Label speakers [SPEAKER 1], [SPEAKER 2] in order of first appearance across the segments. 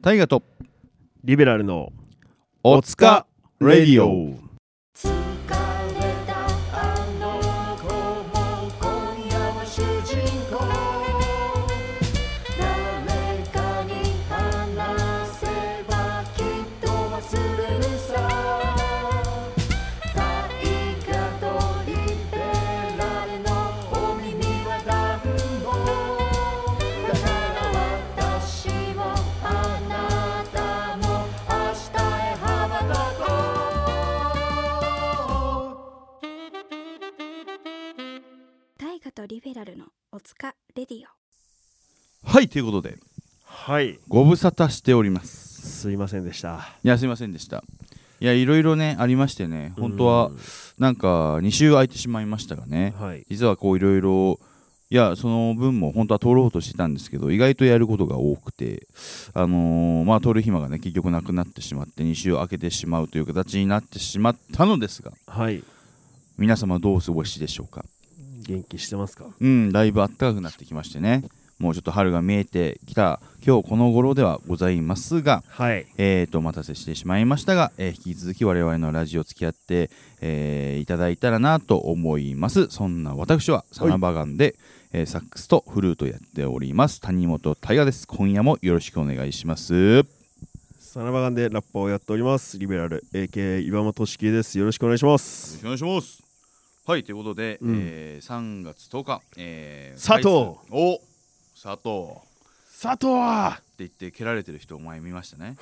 [SPEAKER 1] 大河と
[SPEAKER 2] リベラルの
[SPEAKER 1] おつかレディオ
[SPEAKER 3] 疲れたあの子も今夜は主人公誰かに話せばきっと忘れるさ大河とリベラルのお耳は暖房だから私もあなたも明日へ羽ばたこう
[SPEAKER 4] 大河とリベラルのおつかレディオ
[SPEAKER 1] はいということで
[SPEAKER 2] はい
[SPEAKER 1] ご無沙汰しております
[SPEAKER 2] すいませんでした
[SPEAKER 1] いやすいませんでしたいやいろいろねありましてね本当はなんか2週空いてしまいましたがね
[SPEAKER 2] はい
[SPEAKER 1] 実はこういろいろいやその分も本当は通ろうとしてたんですけど意外とやることが多くてあのーまあ通る暇がね結局なくなってしまって2週空けてしまうという形になってしまったのですが
[SPEAKER 2] はい
[SPEAKER 1] 皆様どうお過ごしでしょうか
[SPEAKER 2] 元気してますか
[SPEAKER 1] うん、だいぶ暖かくなってきましてね、もうちょっと春が見えてきた今日この頃ではございますが、
[SPEAKER 2] はい
[SPEAKER 1] えーと、お待たせしてしまいましたが、えー引き続き我々のラジオ付き合って、えーいただいたらなと思います。そんな私はサナバガンで、えーサックスとフルートやっております。谷本大我です。今夜もよろしくお願いします。
[SPEAKER 2] サナバガンでラッパーをやっておりますリベラル AK 岩本俊樹ですよろしくお願いします
[SPEAKER 1] よろしくお願いします。はい、ということで、
[SPEAKER 2] うん
[SPEAKER 1] えー3月10日、えー
[SPEAKER 2] 佐藤
[SPEAKER 1] お佐藤
[SPEAKER 2] 佐藤は
[SPEAKER 1] って言って蹴られてる人を前見ました ね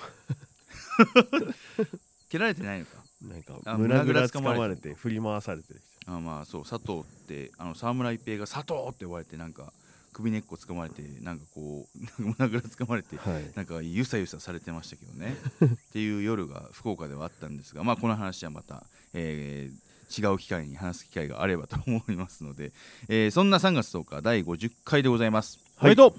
[SPEAKER 1] 蹴られてないのか
[SPEAKER 2] なんか
[SPEAKER 1] あ
[SPEAKER 2] 胸ぐらつか
[SPEAKER 1] 胸
[SPEAKER 2] ま
[SPEAKER 1] ぐら掴ま
[SPEAKER 2] れ
[SPEAKER 1] れ
[SPEAKER 2] て振り回されてる人
[SPEAKER 1] あまあそう佐藤ってあの沢村一平が「佐藤!」って言われてなんか首根っこつかまれてなんかこうなんか胸ぐらつかまれて
[SPEAKER 2] はい
[SPEAKER 1] なんかゆさゆさされてましたけど ねっていう夜が福岡ではあったんですがまあこの話はまた、えー違う機会に話す機会があればと思いますので、えーそんな3月10日第50回でございます。
[SPEAKER 2] はい
[SPEAKER 1] おめでと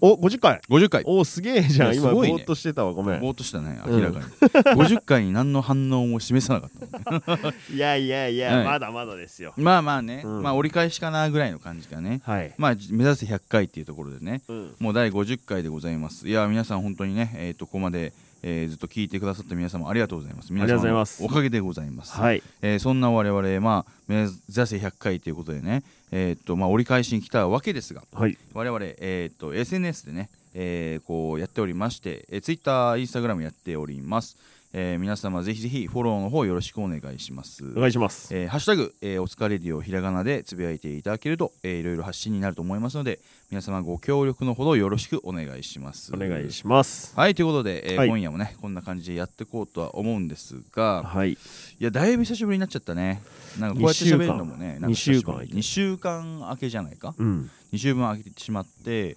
[SPEAKER 2] お50回
[SPEAKER 1] う50回
[SPEAKER 2] おすげえじゃ
[SPEAKER 1] い
[SPEAKER 2] ん
[SPEAKER 1] や
[SPEAKER 2] 今
[SPEAKER 1] す
[SPEAKER 2] ぼ
[SPEAKER 1] ごいね
[SPEAKER 2] ーっとしてたわごめん
[SPEAKER 1] ぼーっとしたね明らかに、50回に何の反応も示さなかったもんね
[SPEAKER 2] いやいやい
[SPEAKER 1] は
[SPEAKER 2] や
[SPEAKER 1] い
[SPEAKER 2] まだまだですよ
[SPEAKER 1] まあまあね、
[SPEAKER 2] うん
[SPEAKER 1] まあ折り返しかなぐらいの感じがね
[SPEAKER 2] はい
[SPEAKER 1] まあじ目指せ100回っていうところでね
[SPEAKER 2] うん
[SPEAKER 1] もう第50回でございますいや皆さん本当にね、えー、とここまで、えーずっと聞いてくださった皆様ありがとうございます皆
[SPEAKER 2] ありがとうござ
[SPEAKER 1] 様
[SPEAKER 2] います
[SPEAKER 1] おかげでございます、
[SPEAKER 2] はい
[SPEAKER 1] えーそんな我々、まあ、目指せ100回ということでね、えーとまあ、折り返しに来たわけですが
[SPEAKER 2] はい
[SPEAKER 1] 我々、えー、と SNS でね、えーこうやっておりまして、えー、Twitter、Instagram やっております、えー皆様ぜひぜひフォローの方よろしくお願いします
[SPEAKER 2] お願いします
[SPEAKER 1] えーハッシュタグ、えーおつかレディオひらがなでつぶやいていただけると、えーいろいろ発信になると思いますので皆様ご協力のほどよろしくお願いします
[SPEAKER 2] お願いします
[SPEAKER 1] はいということで、えー
[SPEAKER 2] はい
[SPEAKER 1] 今夜もねこんな感じでやっていこうとは思うんですが
[SPEAKER 2] はい
[SPEAKER 1] いやだいぶ久しぶりになっちゃったねなんかこうやって喋るのもね
[SPEAKER 2] 二週間
[SPEAKER 1] 2週間明けじゃないか
[SPEAKER 2] うん
[SPEAKER 1] 2週分空けてしまってっ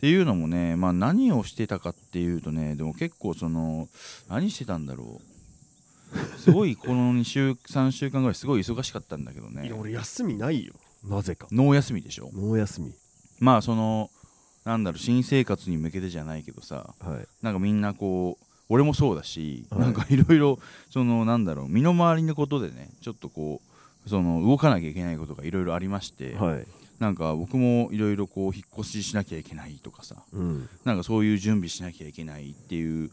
[SPEAKER 1] ていうのもね、まあ、何をしてたかっていうとねでも結構その何してたんだろうすごいこの2週3週間ぐらいすごい忙しかったんだけど
[SPEAKER 2] い
[SPEAKER 1] ね
[SPEAKER 2] や俺休みないよなぜか
[SPEAKER 1] 脳休みでしょ
[SPEAKER 2] もう休み
[SPEAKER 1] まあそのなんだろう新生活に向けてじゃないけどさ
[SPEAKER 2] はい
[SPEAKER 1] なんかみんなこう俺もそうだし、
[SPEAKER 2] はい
[SPEAKER 1] なんかいろいろそのなんだろう身の回りのことでねちょっとこうその動かなきゃいけないことがいろいろありまして、
[SPEAKER 2] はい
[SPEAKER 1] なんか僕もいろいろこう引っ越ししなきゃいけないとかさ
[SPEAKER 2] うん
[SPEAKER 1] なんかそういう準備しなきゃいけないっていう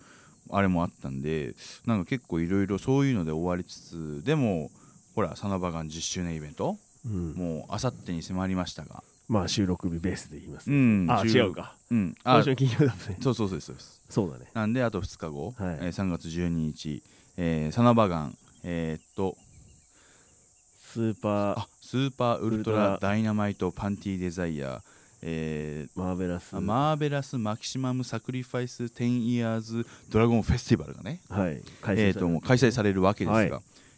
[SPEAKER 1] あれもあったんでなんか結構いろいろそういうので追われつつでもほらサナバガン10周年イベント
[SPEAKER 2] うん
[SPEAKER 1] もうあさってに迫りましたが
[SPEAKER 2] まあ収録日ベースで言います
[SPEAKER 1] うん
[SPEAKER 2] あ
[SPEAKER 1] 16
[SPEAKER 2] 違うか
[SPEAKER 1] うん
[SPEAKER 2] 今
[SPEAKER 1] あそ
[SPEAKER 2] 週
[SPEAKER 1] う
[SPEAKER 2] の金曜だもんね
[SPEAKER 1] そうそうですそうです
[SPEAKER 2] そうだね
[SPEAKER 1] なんであと2日後、
[SPEAKER 2] はい
[SPEAKER 1] えー3月12日、えーサナバガンえーっと
[SPEAKER 2] スーパー
[SPEAKER 1] あスーパーウルト
[SPEAKER 2] ウルト
[SPEAKER 1] ラ
[SPEAKER 2] ラ
[SPEAKER 1] ダイナマイトパンティデザイアえー
[SPEAKER 2] マーベラス
[SPEAKER 1] あマーベラスマキシマムサクリファイス10イヤーズドラゴンフェスティバルがね
[SPEAKER 2] はい開催
[SPEAKER 1] えー、
[SPEAKER 2] さ
[SPEAKER 1] と
[SPEAKER 2] れ
[SPEAKER 1] も
[SPEAKER 2] る
[SPEAKER 1] う開催されるわけですが、
[SPEAKER 2] はい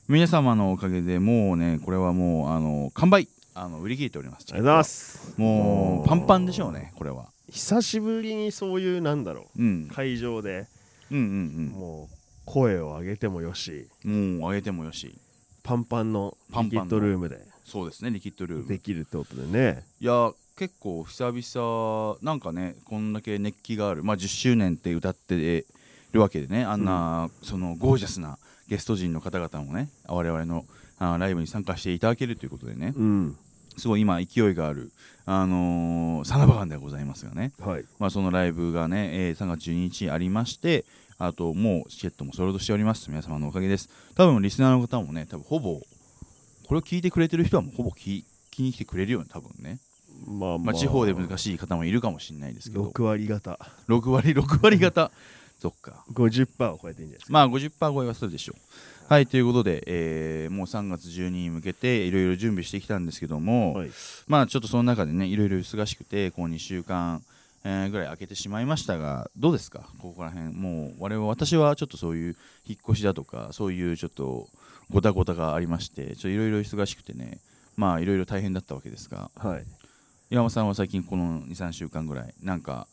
[SPEAKER 1] 皆様のおかげでもうねこれはもうあの完売あの売り切れておりま
[SPEAKER 2] あ
[SPEAKER 1] す
[SPEAKER 2] りがとうございます
[SPEAKER 1] もうパンパンでしょうねこれは、
[SPEAKER 2] 久しぶりにそういうなんだろ
[SPEAKER 1] うん
[SPEAKER 2] う、会場で
[SPEAKER 1] うんうん
[SPEAKER 2] もう声を上げてもよし
[SPEAKER 1] うんもうあげてもよし
[SPEAKER 2] パンパンの
[SPEAKER 1] パン
[SPEAKER 2] リキ
[SPEAKER 1] パンの
[SPEAKER 2] ッドルームで
[SPEAKER 1] そうですねリキッドルーム
[SPEAKER 2] できるってことでね
[SPEAKER 1] いや結構久々なんかねこんだけ熱気がある、まあ、10周年って歌ってるわけでねあんな、そのゴージャスなゲスト陣の方々もね我々のあーライブに参加していただけるということでね、
[SPEAKER 2] うん
[SPEAKER 1] すごい今勢いがある、あのーサナバガンではございますがね、
[SPEAKER 2] はい
[SPEAKER 1] まあ、そのライブがね、えー3月12日ありましてあともうチケットもソールドしております皆様のおかげです多分リスナーの方もね多分ほぼこれを聞いてくれてる人はもうほぼ聞きに来てくれるよね多分ね、
[SPEAKER 2] まあ
[SPEAKER 1] まあ、地方で難しい方もいるかもしれないですけど
[SPEAKER 2] 6割方
[SPEAKER 1] 6割6割方そっか
[SPEAKER 2] 50%を超えていいんじゃないですか
[SPEAKER 1] まあ50%超えはするでしょう。はいということで、えーもう3月12に向けていろいろ準備してきたんですけども、
[SPEAKER 2] はい
[SPEAKER 1] まあちょっとその中でねいろいろ忙しくてこう2週間、えーぐらい空けてしまいましたがどうですかここら辺もう我々私はちょっとそういう引っ越しだとかそういうちょっとごたごたがありましてちょっといろいろ忙しくてねまあいろいろ大変だったわけですが
[SPEAKER 2] はい
[SPEAKER 1] 岩間さんは最近この23週間ぐらいなんか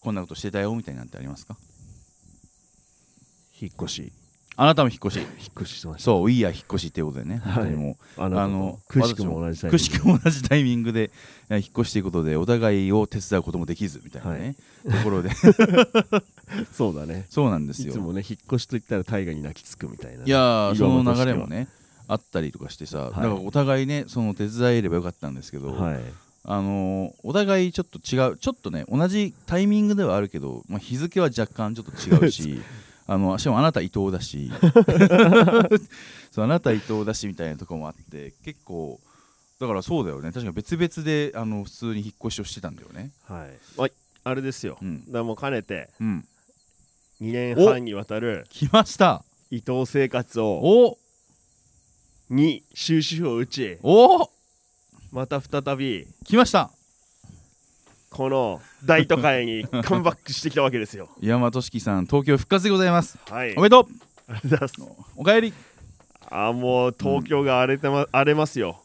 [SPEAKER 1] こんなことしてたよみたいなんてありますか
[SPEAKER 2] 引っ越し
[SPEAKER 1] あなたも引っ越し
[SPEAKER 2] 引っ越ししてました
[SPEAKER 1] そう、いいや、引っ越しってことでね、
[SPEAKER 2] はい
[SPEAKER 1] 本当にも
[SPEAKER 2] あ
[SPEAKER 1] う、
[SPEAKER 2] なたとくしくも
[SPEAKER 1] 私
[SPEAKER 2] 同じタイミング
[SPEAKER 1] くしくも同じタイミングで、えー引っ越しということで、お互いを手伝うこともできずみたいなね、とこ ろで、
[SPEAKER 2] そうだね
[SPEAKER 1] そうなんです
[SPEAKER 2] い
[SPEAKER 1] よ。
[SPEAKER 2] つもね引っ越しといったら大河に泣きつくみたいない
[SPEAKER 1] やー、
[SPEAKER 2] 今
[SPEAKER 1] そ
[SPEAKER 2] の
[SPEAKER 1] の
[SPEAKER 2] としては
[SPEAKER 1] 流れもね、あったりとかしてさ、
[SPEAKER 2] い
[SPEAKER 1] だからお互いね、その手伝えればよかったんですけど、
[SPEAKER 2] はい
[SPEAKER 1] あのーお互いちょっと違う、ちょっとね、同じタイミングではあるけど、まあ、日付は若干ちょっと違うし、 あのしかもあなた伊藤だしそうあなた伊藤だしみたいなとこもあって結構だからそうだよね確か別々であの普通に引っ越しをしてたんだよね
[SPEAKER 2] はいまああれですよだ
[SPEAKER 1] う
[SPEAKER 2] か
[SPEAKER 1] ん、
[SPEAKER 2] らもうかねて
[SPEAKER 1] うん、
[SPEAKER 2] 2年半にわたる
[SPEAKER 1] 来ました
[SPEAKER 2] 伊藤生活を
[SPEAKER 1] お
[SPEAKER 2] に終止符を打ち
[SPEAKER 1] お
[SPEAKER 2] また再び
[SPEAKER 1] 来ました
[SPEAKER 2] この大都会にカムバックしてきたわけですよ
[SPEAKER 1] 岩間俊樹さん東京復活でございます
[SPEAKER 2] はい
[SPEAKER 1] おめでとう
[SPEAKER 2] ありがとうございます
[SPEAKER 1] おかえり
[SPEAKER 2] あーもう東京が荒れて、ま荒れますよ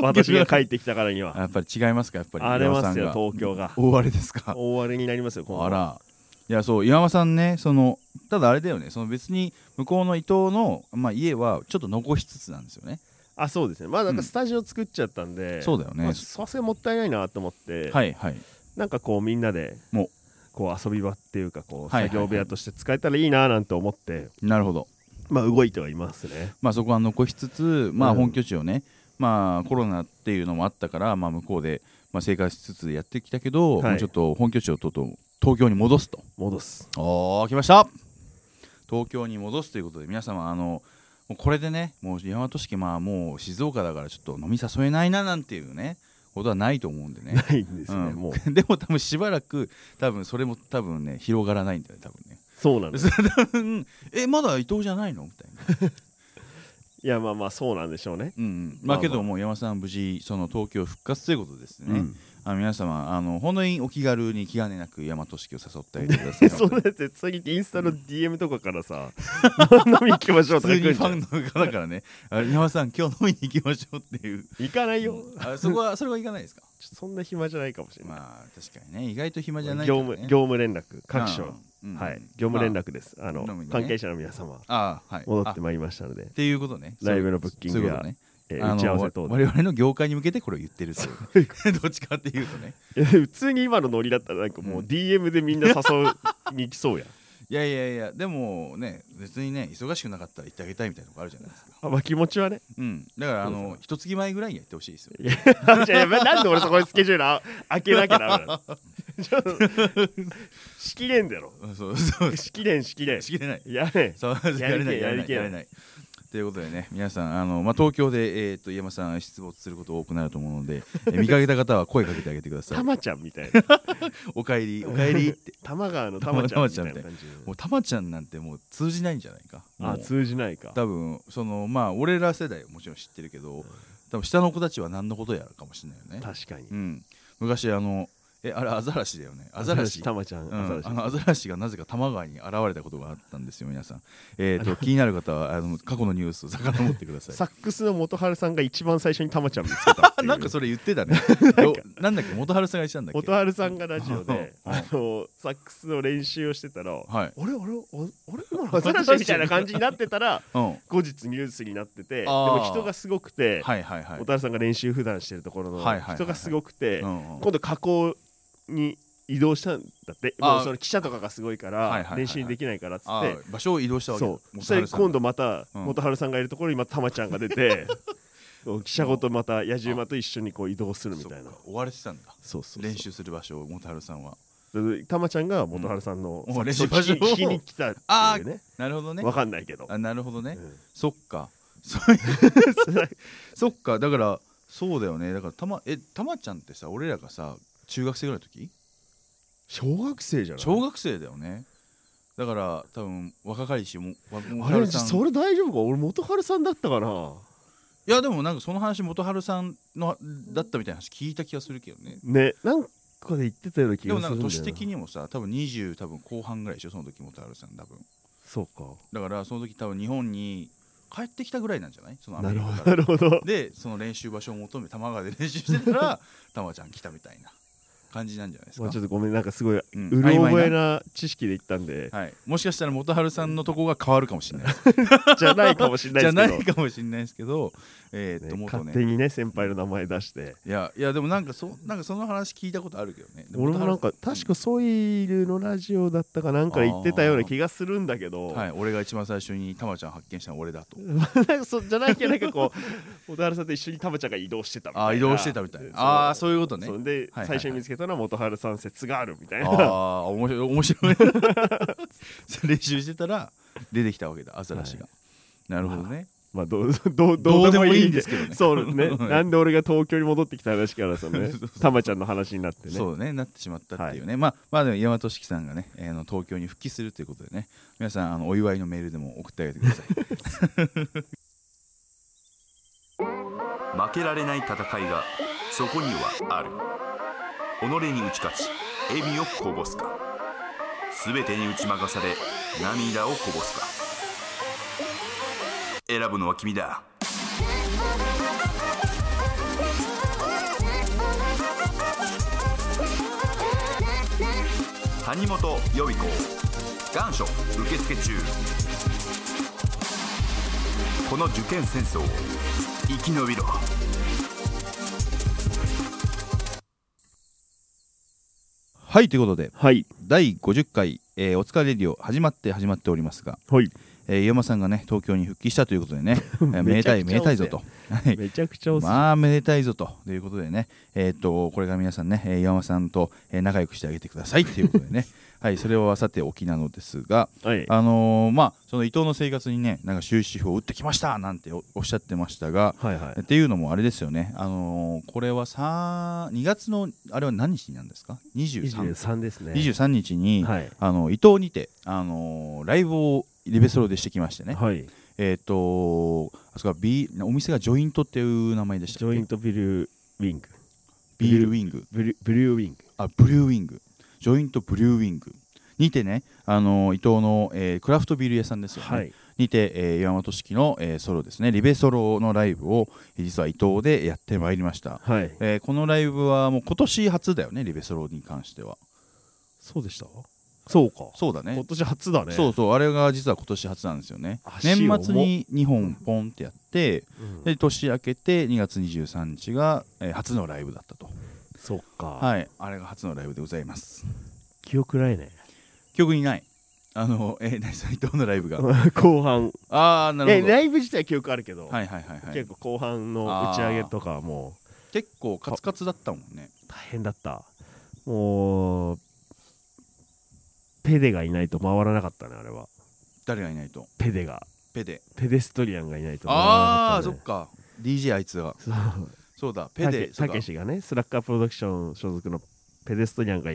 [SPEAKER 2] 私が帰ってきたからに
[SPEAKER 1] あ
[SPEAKER 2] は
[SPEAKER 1] やっぱり違いますかやっぱり
[SPEAKER 2] 荒れますよ
[SPEAKER 1] 岩間さんが
[SPEAKER 2] 東京が
[SPEAKER 1] 大荒れですか
[SPEAKER 2] 大荒れになりますよこの
[SPEAKER 1] あらいやそう岩間さんねそのただあれだよねその別に向こうの伊藤の、まあ、家はちょっと残しつつなんですよね、
[SPEAKER 2] あそうですねまあなん
[SPEAKER 1] うん
[SPEAKER 2] かスタジオ作っちゃったんで、
[SPEAKER 1] そうだよね、
[SPEAKER 2] まあさすがにもったいないなと思って、
[SPEAKER 1] はいはい
[SPEAKER 2] なんかこうみんなで
[SPEAKER 1] もう
[SPEAKER 2] こう遊び場っていうかこう
[SPEAKER 1] はいはいはい
[SPEAKER 2] 作業部屋として使えたらいいななんて思って、
[SPEAKER 1] なるほど
[SPEAKER 2] まあ動いてはいますね
[SPEAKER 1] まあそこは残しつつまあ
[SPEAKER 2] うん
[SPEAKER 1] 本拠地をね、まあコロナっていうのもあったから、まあ、向こうで、まあ、生活しつつやってきたけど、
[SPEAKER 2] はい
[SPEAKER 1] もうちょっと本拠地をとうとう東京に戻すと
[SPEAKER 2] 戻す
[SPEAKER 1] おー来ました東京に戻すということで皆様あのもうこれでねもう山都市まあもう静岡だからちょっと飲み誘えないななんていうねことはないと思うんでね
[SPEAKER 2] ないんですね、
[SPEAKER 1] うん
[SPEAKER 2] もう
[SPEAKER 1] でも多分しばらく多分それも多分ね広がらないんだよね多分ね
[SPEAKER 2] そうなんです
[SPEAKER 1] 多分 えまだ伊藤じゃないのみ たいな、
[SPEAKER 2] いやまあまあそうなんでしょうね
[SPEAKER 1] うんうん、
[SPEAKER 2] ま
[SPEAKER 1] ま
[SPEAKER 2] あ
[SPEAKER 1] あけどもう山さん無事その東京復活ということですね、
[SPEAKER 2] うん
[SPEAKER 1] あの皆様あの本当にお気軽に気兼ねなく山俊樹を誘ってあげてくださ い
[SPEAKER 2] それって次インスタの DM とかからさ 飲み行きましょうとか
[SPEAKER 1] 普通
[SPEAKER 2] 来
[SPEAKER 1] に
[SPEAKER 2] るん
[SPEAKER 1] フ
[SPEAKER 2] じゃ
[SPEAKER 1] ァ
[SPEAKER 2] ん
[SPEAKER 1] ンの方か らね「あ山さん今日飲みに行きましょう」っていう
[SPEAKER 2] 行かないよちょ
[SPEAKER 1] あそこはそれはいかないですか
[SPEAKER 2] っとそんな暇じゃないかもしれない
[SPEAKER 1] まあ確かにね意外と暇じゃないから
[SPEAKER 2] 業
[SPEAKER 1] ね、
[SPEAKER 2] 務業務連絡各所、
[SPEAKER 1] うん
[SPEAKER 2] はい業務連絡です、あ、の
[SPEAKER 1] 飲みにね
[SPEAKER 2] 関係者の皆様
[SPEAKER 1] ああはい
[SPEAKER 2] 戻っ
[SPEAKER 1] あ
[SPEAKER 2] てまいりましたので
[SPEAKER 1] っていうことね
[SPEAKER 2] ライブのブッキング
[SPEAKER 1] そういう
[SPEAKER 2] や
[SPEAKER 1] ことね
[SPEAKER 2] えー
[SPEAKER 1] あの
[SPEAKER 2] 打ち合わせ等
[SPEAKER 1] わ
[SPEAKER 2] 々
[SPEAKER 1] 我々の業界に向けてこれを言ってるっていう どっちかっていうとね
[SPEAKER 2] え 普通に今のノリだったらなんかもう DM でみんな誘うに行きそうや
[SPEAKER 1] いやいやいやでもね別にね忙しくなかったら言ってあげたいみたい なとこあるじゃないですか
[SPEAKER 2] あまあ気持ちはね
[SPEAKER 1] うんだからあ
[SPEAKER 2] そう
[SPEAKER 1] の
[SPEAKER 2] そう
[SPEAKER 1] 一月前ぐらいにやってほしいですよ
[SPEAKER 2] じゃあやばいなんで俺そこにスケジュールあ開けなきゃダメ なのちょっと式年だろ
[SPEAKER 1] うんそう そう
[SPEAKER 2] 式年式年
[SPEAKER 1] しきれない
[SPEAKER 2] やね
[SPEAKER 1] そうや
[SPEAKER 2] や
[SPEAKER 1] れ
[SPEAKER 2] り
[SPEAKER 1] な
[SPEAKER 2] き
[SPEAKER 1] い
[SPEAKER 2] れや
[SPEAKER 1] やれな
[SPEAKER 2] り
[SPEAKER 1] い
[SPEAKER 2] きれ
[SPEAKER 1] やれないということでね皆さんあの、まあ、東京で、えー、と山さん出没すること多くなると思うので、えー見かけた方は声かけてあげてくださ
[SPEAKER 2] た
[SPEAKER 1] い
[SPEAKER 2] まちゃんみたいな
[SPEAKER 1] 「おかえりおかえり」って
[SPEAKER 2] 玉川のたまちゃんみたいな感じ
[SPEAKER 1] もうたまちゃんなんてもう通じないんじゃないかも
[SPEAKER 2] あ
[SPEAKER 1] う
[SPEAKER 2] 通じないか
[SPEAKER 1] 多分そのまあ俺ら世代はもちろん知ってるけど多分下の子たちは何のことやらかもしれないよね、
[SPEAKER 2] 確かに
[SPEAKER 1] うん、昔あのえあれアザラシだよねアザラシ
[SPEAKER 2] たまちゃん
[SPEAKER 1] うん
[SPEAKER 2] アザラシ
[SPEAKER 1] あのアザラシがなぜか多摩川に現れたことがあったんですよ皆さん、えー、と気になる方はあの過去のニュースを 遡ってください
[SPEAKER 2] サックスの元春さんが一番最初にたまちゃん見つけたって
[SPEAKER 1] あ
[SPEAKER 2] いう
[SPEAKER 1] なんかそれ言ってたね よなんだっけ元春さんが言ってたんだっけ
[SPEAKER 2] 元春さんがラジオで
[SPEAKER 1] うん
[SPEAKER 2] あのサックスの練習をしてたら、
[SPEAKER 1] はい
[SPEAKER 2] あれあれあれ今のアザラシみたいな感じになってたら
[SPEAKER 1] うんはい
[SPEAKER 2] 後日ニュースになっててで
[SPEAKER 1] あー
[SPEAKER 2] も人がすごくて、
[SPEAKER 1] はいはい
[SPEAKER 2] 元春さんが練習普段してるところの
[SPEAKER 1] はいはいはいはい
[SPEAKER 2] 人がすごくて、
[SPEAKER 1] うんうん
[SPEAKER 2] 今度加工に移動したんだって
[SPEAKER 1] あー
[SPEAKER 2] もうその記者とかがすごいか
[SPEAKER 1] はいはいはいは
[SPEAKER 2] ら
[SPEAKER 1] い
[SPEAKER 2] 練習にできないからっつって、
[SPEAKER 1] あー場所を移動したわけ
[SPEAKER 2] そうそ
[SPEAKER 1] 元
[SPEAKER 2] し
[SPEAKER 1] 春
[SPEAKER 2] て
[SPEAKER 1] さんが
[SPEAKER 2] 今度また
[SPEAKER 1] うん
[SPEAKER 2] 元春さんがいるところに今たまちゃんが出て、そう記者ごとまた野獣馬と一緒にこう移動するみたいな
[SPEAKER 1] そっか追われてたんだ
[SPEAKER 2] そうそうそう
[SPEAKER 1] 練習する場所を元春さんは
[SPEAKER 2] でたまちゃんが元春さんの
[SPEAKER 1] うん
[SPEAKER 2] サックス
[SPEAKER 1] もう練習
[SPEAKER 2] 聞き
[SPEAKER 1] 場所を
[SPEAKER 2] 聞きに来たっていうね
[SPEAKER 1] なるほどね
[SPEAKER 2] わかんないけど、
[SPEAKER 1] あなるほどね、
[SPEAKER 2] うん
[SPEAKER 1] そっ かそういうそっかだからそうだよねだからたまえたまちゃんってさ俺らがさ中学生ぐらいの時
[SPEAKER 2] 小学生じゃない
[SPEAKER 1] 小学生だよねだから多分若かりしもわ元
[SPEAKER 2] あれ
[SPEAKER 1] 春さん
[SPEAKER 2] それ大丈夫か俺元春さんだったかない
[SPEAKER 1] やでもなんかその話元春さんのだったみたいな話聞いた気がするけどね
[SPEAKER 2] ねなんかで言ってたような気
[SPEAKER 1] で
[SPEAKER 2] が
[SPEAKER 1] も
[SPEAKER 2] す
[SPEAKER 1] な
[SPEAKER 2] る
[SPEAKER 1] ん
[SPEAKER 2] んだ
[SPEAKER 1] か
[SPEAKER 2] よ
[SPEAKER 1] 都
[SPEAKER 2] な
[SPEAKER 1] 市的にもさ多分20多分後半ぐらいでしょその時元春さん多分
[SPEAKER 2] そうか
[SPEAKER 1] だからその時多分日本に帰ってきたぐらいなんじゃないそのア
[SPEAKER 2] な
[SPEAKER 1] メリ
[SPEAKER 2] る
[SPEAKER 1] カ
[SPEAKER 2] ほど
[SPEAKER 1] か
[SPEAKER 2] な
[SPEAKER 1] ら
[SPEAKER 2] るほど
[SPEAKER 1] でその練習場所を求め玉川で練習してたら玉ちゃん来たみたいな感じなんじゃないですか、
[SPEAKER 2] まあちょっとごめんなんかすごい、う
[SPEAKER 1] うん
[SPEAKER 2] ろ
[SPEAKER 1] 曖
[SPEAKER 2] 覚え
[SPEAKER 1] 昧
[SPEAKER 2] な知識で言ったんで
[SPEAKER 1] はい、もしかしたら元春さんのとこが変わるかもしれないです
[SPEAKER 2] じゃないかもしれない
[SPEAKER 1] じ
[SPEAKER 2] で
[SPEAKER 1] ゃ
[SPEAKER 2] すけど
[SPEAKER 1] ないかもしれないですけどえーっと
[SPEAKER 2] ね
[SPEAKER 1] 思うと
[SPEAKER 2] 勝
[SPEAKER 1] ね
[SPEAKER 2] 手にね先輩の名前出して
[SPEAKER 1] いやいやでもなんかそなんかその話聞いたことあるけどねで
[SPEAKER 2] 俺もなん
[SPEAKER 1] 元
[SPEAKER 2] か確かソイルのラジオだったかなんかで言ってたような気がするんだけど、
[SPEAKER 1] 春さんはい俺が一番最初に玉ちゃん発見したの俺だと
[SPEAKER 2] なんか そじゃないけどなんかこう 小田原さんと一緒にタマちゃんが移動してたみたいな
[SPEAKER 1] あー移動してたみたいなあーそういうことね
[SPEAKER 2] そんで、
[SPEAKER 1] はいはいはい
[SPEAKER 2] 最初に見つけたのは元春さん説があるみたいな
[SPEAKER 1] ああ面白い面白い 練習してたら出てきたわけだアザラシが、なるほどね
[SPEAKER 2] まあどうどうどう
[SPEAKER 1] どう
[SPEAKER 2] で
[SPEAKER 1] で
[SPEAKER 2] も
[SPEAKER 1] も
[SPEAKER 2] い
[SPEAKER 1] い
[SPEAKER 2] い
[SPEAKER 1] い
[SPEAKER 2] ん
[SPEAKER 1] ん
[SPEAKER 2] で
[SPEAKER 1] ですす
[SPEAKER 2] け
[SPEAKER 1] け
[SPEAKER 2] ど
[SPEAKER 1] ど
[SPEAKER 2] ねそ
[SPEAKER 1] ね
[SPEAKER 2] うね
[SPEAKER 1] はい
[SPEAKER 2] なんで俺が東京に戻ってきた話からさ ねタマちゃんの話になってね
[SPEAKER 1] そうねなってしまったっていうね、まあまあでも山俊樹さんがね、えーあの東京に復帰するということでね皆さんあのお祝いのメールでも送ってあげてく ださい
[SPEAKER 5] 負けられない戦いがそこにはある己に打ち勝ち笑みをこぼすか全てに打ち負かされ涙をこぼすか選ぶのは君だ谷本予備校願書受付中この受験戦争を生き延びろ
[SPEAKER 1] はいということで
[SPEAKER 2] はい
[SPEAKER 1] 第50回、えーお疲れレディオ始まって始まっておりますが、
[SPEAKER 2] はい
[SPEAKER 1] えー、岩間さんがね東京に復帰したということでねえー め
[SPEAKER 2] め
[SPEAKER 1] で
[SPEAKER 2] ちゃくちゃ
[SPEAKER 1] たいめでたいぞとはい
[SPEAKER 2] めちゃくちゃおす、
[SPEAKER 1] まあめでたいぞとということでね、えーっとこれから皆さんね、えー岩間さんと、えー仲良くしてあげてくださいということでね、 はい、それはさておきなのですが、
[SPEAKER 2] はい
[SPEAKER 1] あのーまあその伊藤の生活にねなんか終止符を打ってきましたなんておおっしゃってましたが、
[SPEAKER 2] はいはい
[SPEAKER 1] っていうのもあれですよね、あのーこれはさ2月のあれは何日なんですか 23,
[SPEAKER 2] 23ですね
[SPEAKER 1] 23日に、
[SPEAKER 2] はい
[SPEAKER 1] あの伊藤にて、あのーライブをリベソロでしてきましてね、
[SPEAKER 2] はい
[SPEAKER 1] えーっ、とあそこは、B、お店がジョイントっていう名前でした
[SPEAKER 2] ジ
[SPEAKER 1] っ
[SPEAKER 2] ョイ
[SPEAKER 1] け
[SPEAKER 2] ントビルウィング
[SPEAKER 1] ビールウィング
[SPEAKER 2] ブリュブリューウィング
[SPEAKER 1] あブリューウィングジョイントブリューウィングにてね、あのー伊藤の、えークラフトビール屋さんですよね、
[SPEAKER 2] はい
[SPEAKER 1] にて、えー、岩本式の、えーソロですねリベソロのライブをえー実は伊藤でやってまいりました、
[SPEAKER 2] はい
[SPEAKER 1] えーこのライブはもう今年初だよねリベソロに関しては
[SPEAKER 2] そうでしたそうか
[SPEAKER 1] そうだね
[SPEAKER 2] 今年初だね
[SPEAKER 1] そうそうあれが実は今年初なんですよね
[SPEAKER 2] 足重っ
[SPEAKER 1] 年末に2本ポンってやって
[SPEAKER 2] うん
[SPEAKER 1] で年明けて2月23日が、えー初のライブだったと
[SPEAKER 2] そっか、
[SPEAKER 1] はいあれが初のライブでございます
[SPEAKER 2] 記憶ないね
[SPEAKER 1] 記憶にないあのえー、何それ伊藤のライブが
[SPEAKER 2] 後半
[SPEAKER 1] ああな
[SPEAKER 2] え
[SPEAKER 1] るほど
[SPEAKER 2] ライブ自体は記憶あるけど、
[SPEAKER 1] はいはいはいはい
[SPEAKER 2] 結構後半の打ち上げとかはもう
[SPEAKER 1] 結構カツカツだったもんね
[SPEAKER 2] 大変だったもうペデがいないと回らなかったねあれは
[SPEAKER 1] 誰がいないと
[SPEAKER 2] ペデが
[SPEAKER 1] ペで
[SPEAKER 2] ペデストリアンがいないと回らな
[SPEAKER 1] あ
[SPEAKER 2] かった、
[SPEAKER 1] あーそ
[SPEAKER 2] ね
[SPEAKER 1] っ、か DJ あいつが
[SPEAKER 2] そっか
[SPEAKER 1] そうだペでそう
[SPEAKER 2] た
[SPEAKER 1] だ
[SPEAKER 2] けしがねスラッカープロダクション所属のペデストリアンが